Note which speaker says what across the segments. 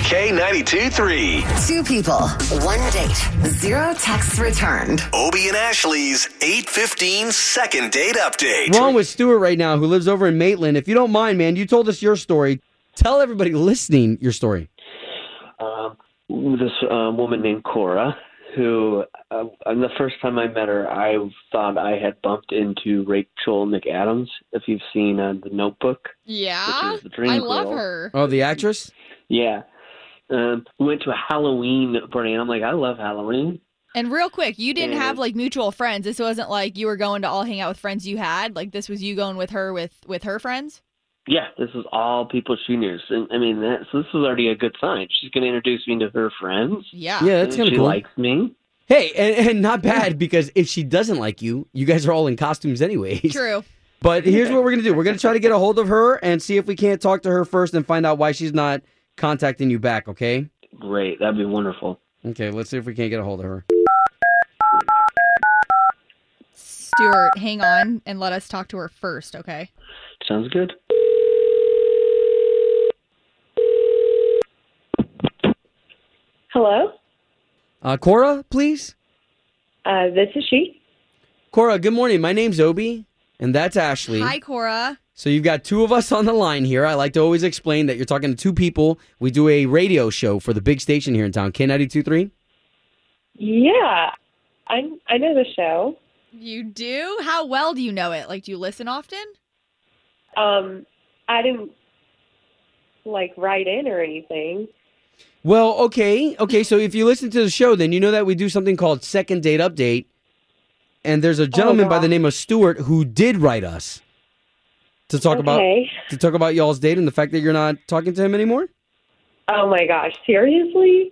Speaker 1: K92 3.
Speaker 2: Two people, one date, zero texts returned.
Speaker 1: Obie and Ashley's 815 second date update.
Speaker 3: Wrong with Stuart right now, who lives over in Maitland. If you don't mind, man, you told us your story. Tell everybody listening your story.
Speaker 4: um, this um, woman named Cora, who uh, and the first time I met her, I thought I had bumped into Rachel McAdams, if you've seen uh, The Notebook.
Speaker 5: Yeah.
Speaker 4: Which is the dream
Speaker 5: Ah, I love
Speaker 4: girl.
Speaker 5: her.
Speaker 3: Oh, the actress?
Speaker 4: Yeah. Um, we went to a Halloween party, and I'm like, I love Halloween.
Speaker 5: And real quick, you didn't have
Speaker 4: And-
Speaker 5: like mutual friends. This wasn't like you were going to all hang out with friends you had. Like this was you going with her with with her friends.
Speaker 4: Yeah, this is all people she knew. So, I mean, that, so this is already a good sign. She's going to introduce me to her friends.
Speaker 5: Yeah.
Speaker 3: Yeah, that's
Speaker 4: And
Speaker 3: kind of
Speaker 4: she
Speaker 3: cool.
Speaker 4: likes me.
Speaker 3: hey, and, and not bad because if she doesn't like you, you guys are all in costumes anyways.
Speaker 5: True.
Speaker 3: But here's what we're going to do we're going to try to get a hold of her and see if we can't talk to her first and find out why she's not contacting you back, okay?
Speaker 4: Great. That'd be wonderful.
Speaker 3: Okay, let's see if we can't get a hold of her.
Speaker 5: Stuart, hang on and let us talk to her first, okay?
Speaker 4: Sounds good.
Speaker 6: Hello,
Speaker 3: Uh, Cora, please.
Speaker 6: uh, this is she.
Speaker 3: Cora, good morning. My name's Obi, and that's Ashley.
Speaker 5: Hi, Cora.
Speaker 3: So you've got two of us on the line here. I like to always explain that you're talking to two people. We do a radio show for the big station here in town, K92.3.
Speaker 6: Yeah, I I know the show.
Speaker 5: You do? How well do you know it? Like, do you listen often?
Speaker 6: Um, I didn't like write in or anything.
Speaker 3: Well, okay. Okay, so if you listen to the show, then you know that we do something called Second Date Update. And there's a gentleman by the
Speaker 6: Oh, wow.
Speaker 3: name of Stuart who did write us to talk about
Speaker 6: okay.
Speaker 3: to talk about y'all's date and the fact that you're not talking to him anymore?
Speaker 6: Oh my gosh, seriously?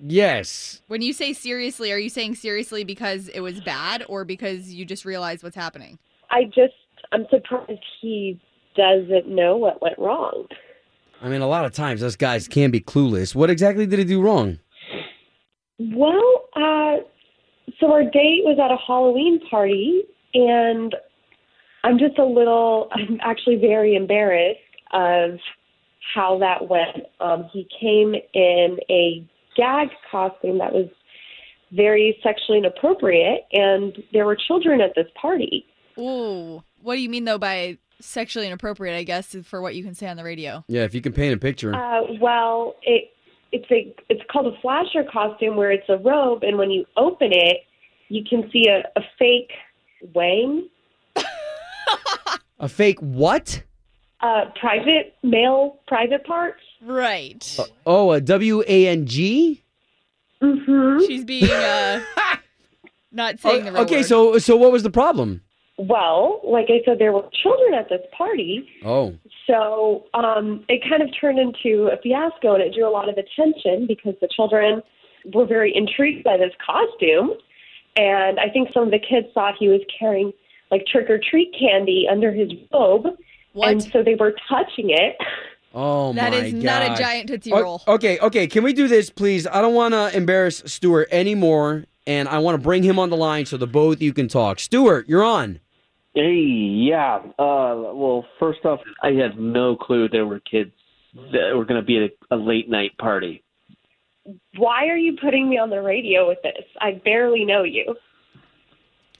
Speaker 3: Yes.
Speaker 5: When you say seriously, are you saying seriously because it was bad or because you just realized what's happening?
Speaker 6: I just I'm surprised he doesn't know what went wrong.
Speaker 3: I mean, a lot of times us guys can be clueless. What exactly did he do wrong?
Speaker 6: Well, uh, so our date was at a Halloween party, and I'm just a little, I'm actually very embarrassed of how that went. Um, he came in a gag costume that was very sexually inappropriate, and there were children at this party.
Speaker 5: Ooh. What do you mean, though, by sexually inappropriate, I guess, for what you can say on the radio?
Speaker 3: Yeah, if you can paint a picture.
Speaker 6: Uh, well, it it's a it's called a flasher costume where it's a robe, and when you open it, you can see a, a fake wang.
Speaker 3: a fake what?
Speaker 6: uh, private male private parts.
Speaker 5: Right.
Speaker 3: Oh, a W A N G.
Speaker 6: Mm-hmm.
Speaker 5: She's being, uh, not saying the real
Speaker 3: Oh, Okay,
Speaker 5: word.
Speaker 3: so so what was the problem?
Speaker 6: Well, like I said, there were children at this party,
Speaker 3: Oh,
Speaker 6: so um, it kind of turned into a fiasco, and it drew a lot of attention because the children were very intrigued by this costume, and I think some of the kids thought he was carrying like trick or treat candy under his robe, and
Speaker 5: What?
Speaker 6: so they were touching it.
Speaker 3: oh
Speaker 5: That
Speaker 3: my
Speaker 5: is not a
Speaker 3: gosh.
Speaker 5: giant Tootsie
Speaker 3: O- oh,
Speaker 5: Roll.
Speaker 3: okay, okay. Can we do this, please? I don't want to embarrass Stuart anymore, and I want to bring him on the line so the both of you can talk. Stuart, you're on.
Speaker 4: Hey, yeah. Uh, well, first off, I had no clue there were kids that were going to be at a, a late night party.
Speaker 6: Why are you putting me on the radio with this? I barely know you.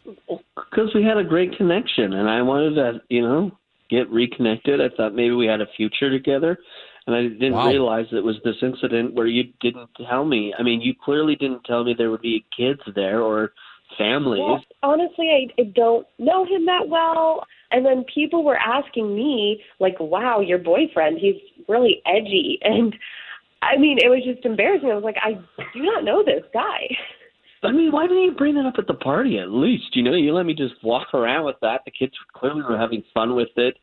Speaker 4: Because we had a great connection, and I wanted to, you know, get reconnected. I thought maybe we had a future together, and I didn't
Speaker 3: Wow.
Speaker 4: realize it was this incident where you didn't tell me. I mean, you clearly didn't tell me there would be kids there or families.
Speaker 6: Well, honestly, I, I don't know him that well. And then people were asking me, like, wow, your boyfriend, he's really edgy. And I mean, it was just embarrassing. I was like, I do not know this guy.
Speaker 4: I mean, why didn't you bring that up at the party at least? You know, you let me just walk around with that. The kids clearly were having fun with it.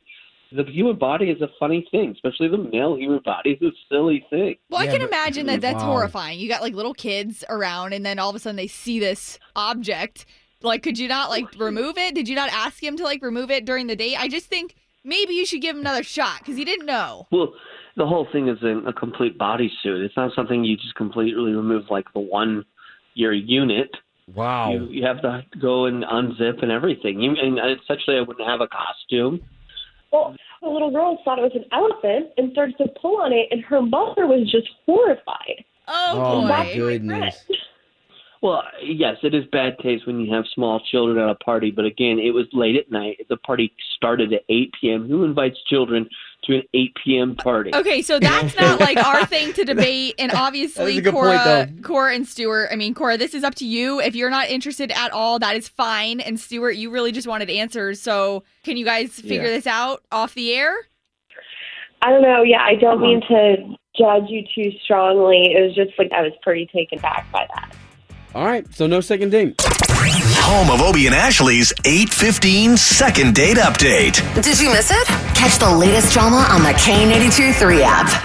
Speaker 4: The human body is a funny thing, especially the male human body is a silly thing.
Speaker 5: Well,
Speaker 3: Yeah,
Speaker 5: I
Speaker 3: but-
Speaker 5: can
Speaker 3: oh
Speaker 5: imagine that that's
Speaker 3: Wow.
Speaker 5: horrifying. You got like little kids around, and then all of a sudden they see this object. Like, could you not like remove it? Did you not ask him to like remove it during the date? I just think maybe you should give him another shot because he didn't know.
Speaker 4: Well, the whole thing is in a complete bodysuit. It's not something you just completely remove like the one your unit.
Speaker 3: Wow.
Speaker 4: You you have to go and unzip and everything. You and essentially I wouldn't have a costume.
Speaker 6: Well, the little girl thought it was an elephant and started to pull on it, and her mother was just horrified.
Speaker 5: Oh,
Speaker 3: oh
Speaker 5: boy.
Speaker 3: my goodness.
Speaker 4: Well, yes, it is bad taste when you have small children at a party, but again, it was late at night. The party started at 8 p.m. Who invites children to an 8 p.m. party?
Speaker 5: Okay, so that's not like our thing to debate, and obviously
Speaker 3: a good
Speaker 5: Cora,
Speaker 3: point,
Speaker 5: Cora and Stuart. I mean, Cora, this is up to you. If you're not interested at all, that is fine. And Stuart, you really just wanted answers, so can you guys figure
Speaker 4: Yeah.
Speaker 5: this out off the air?
Speaker 6: I don't know. Yeah, I don't mean to judge you too strongly. It was just like I was pretty taken back by that.
Speaker 3: All right, so no second date.
Speaker 1: Home of Obie and Ashley's 815 second date update.
Speaker 2: Did you miss it? Catch the latest drama on the K82 3 app.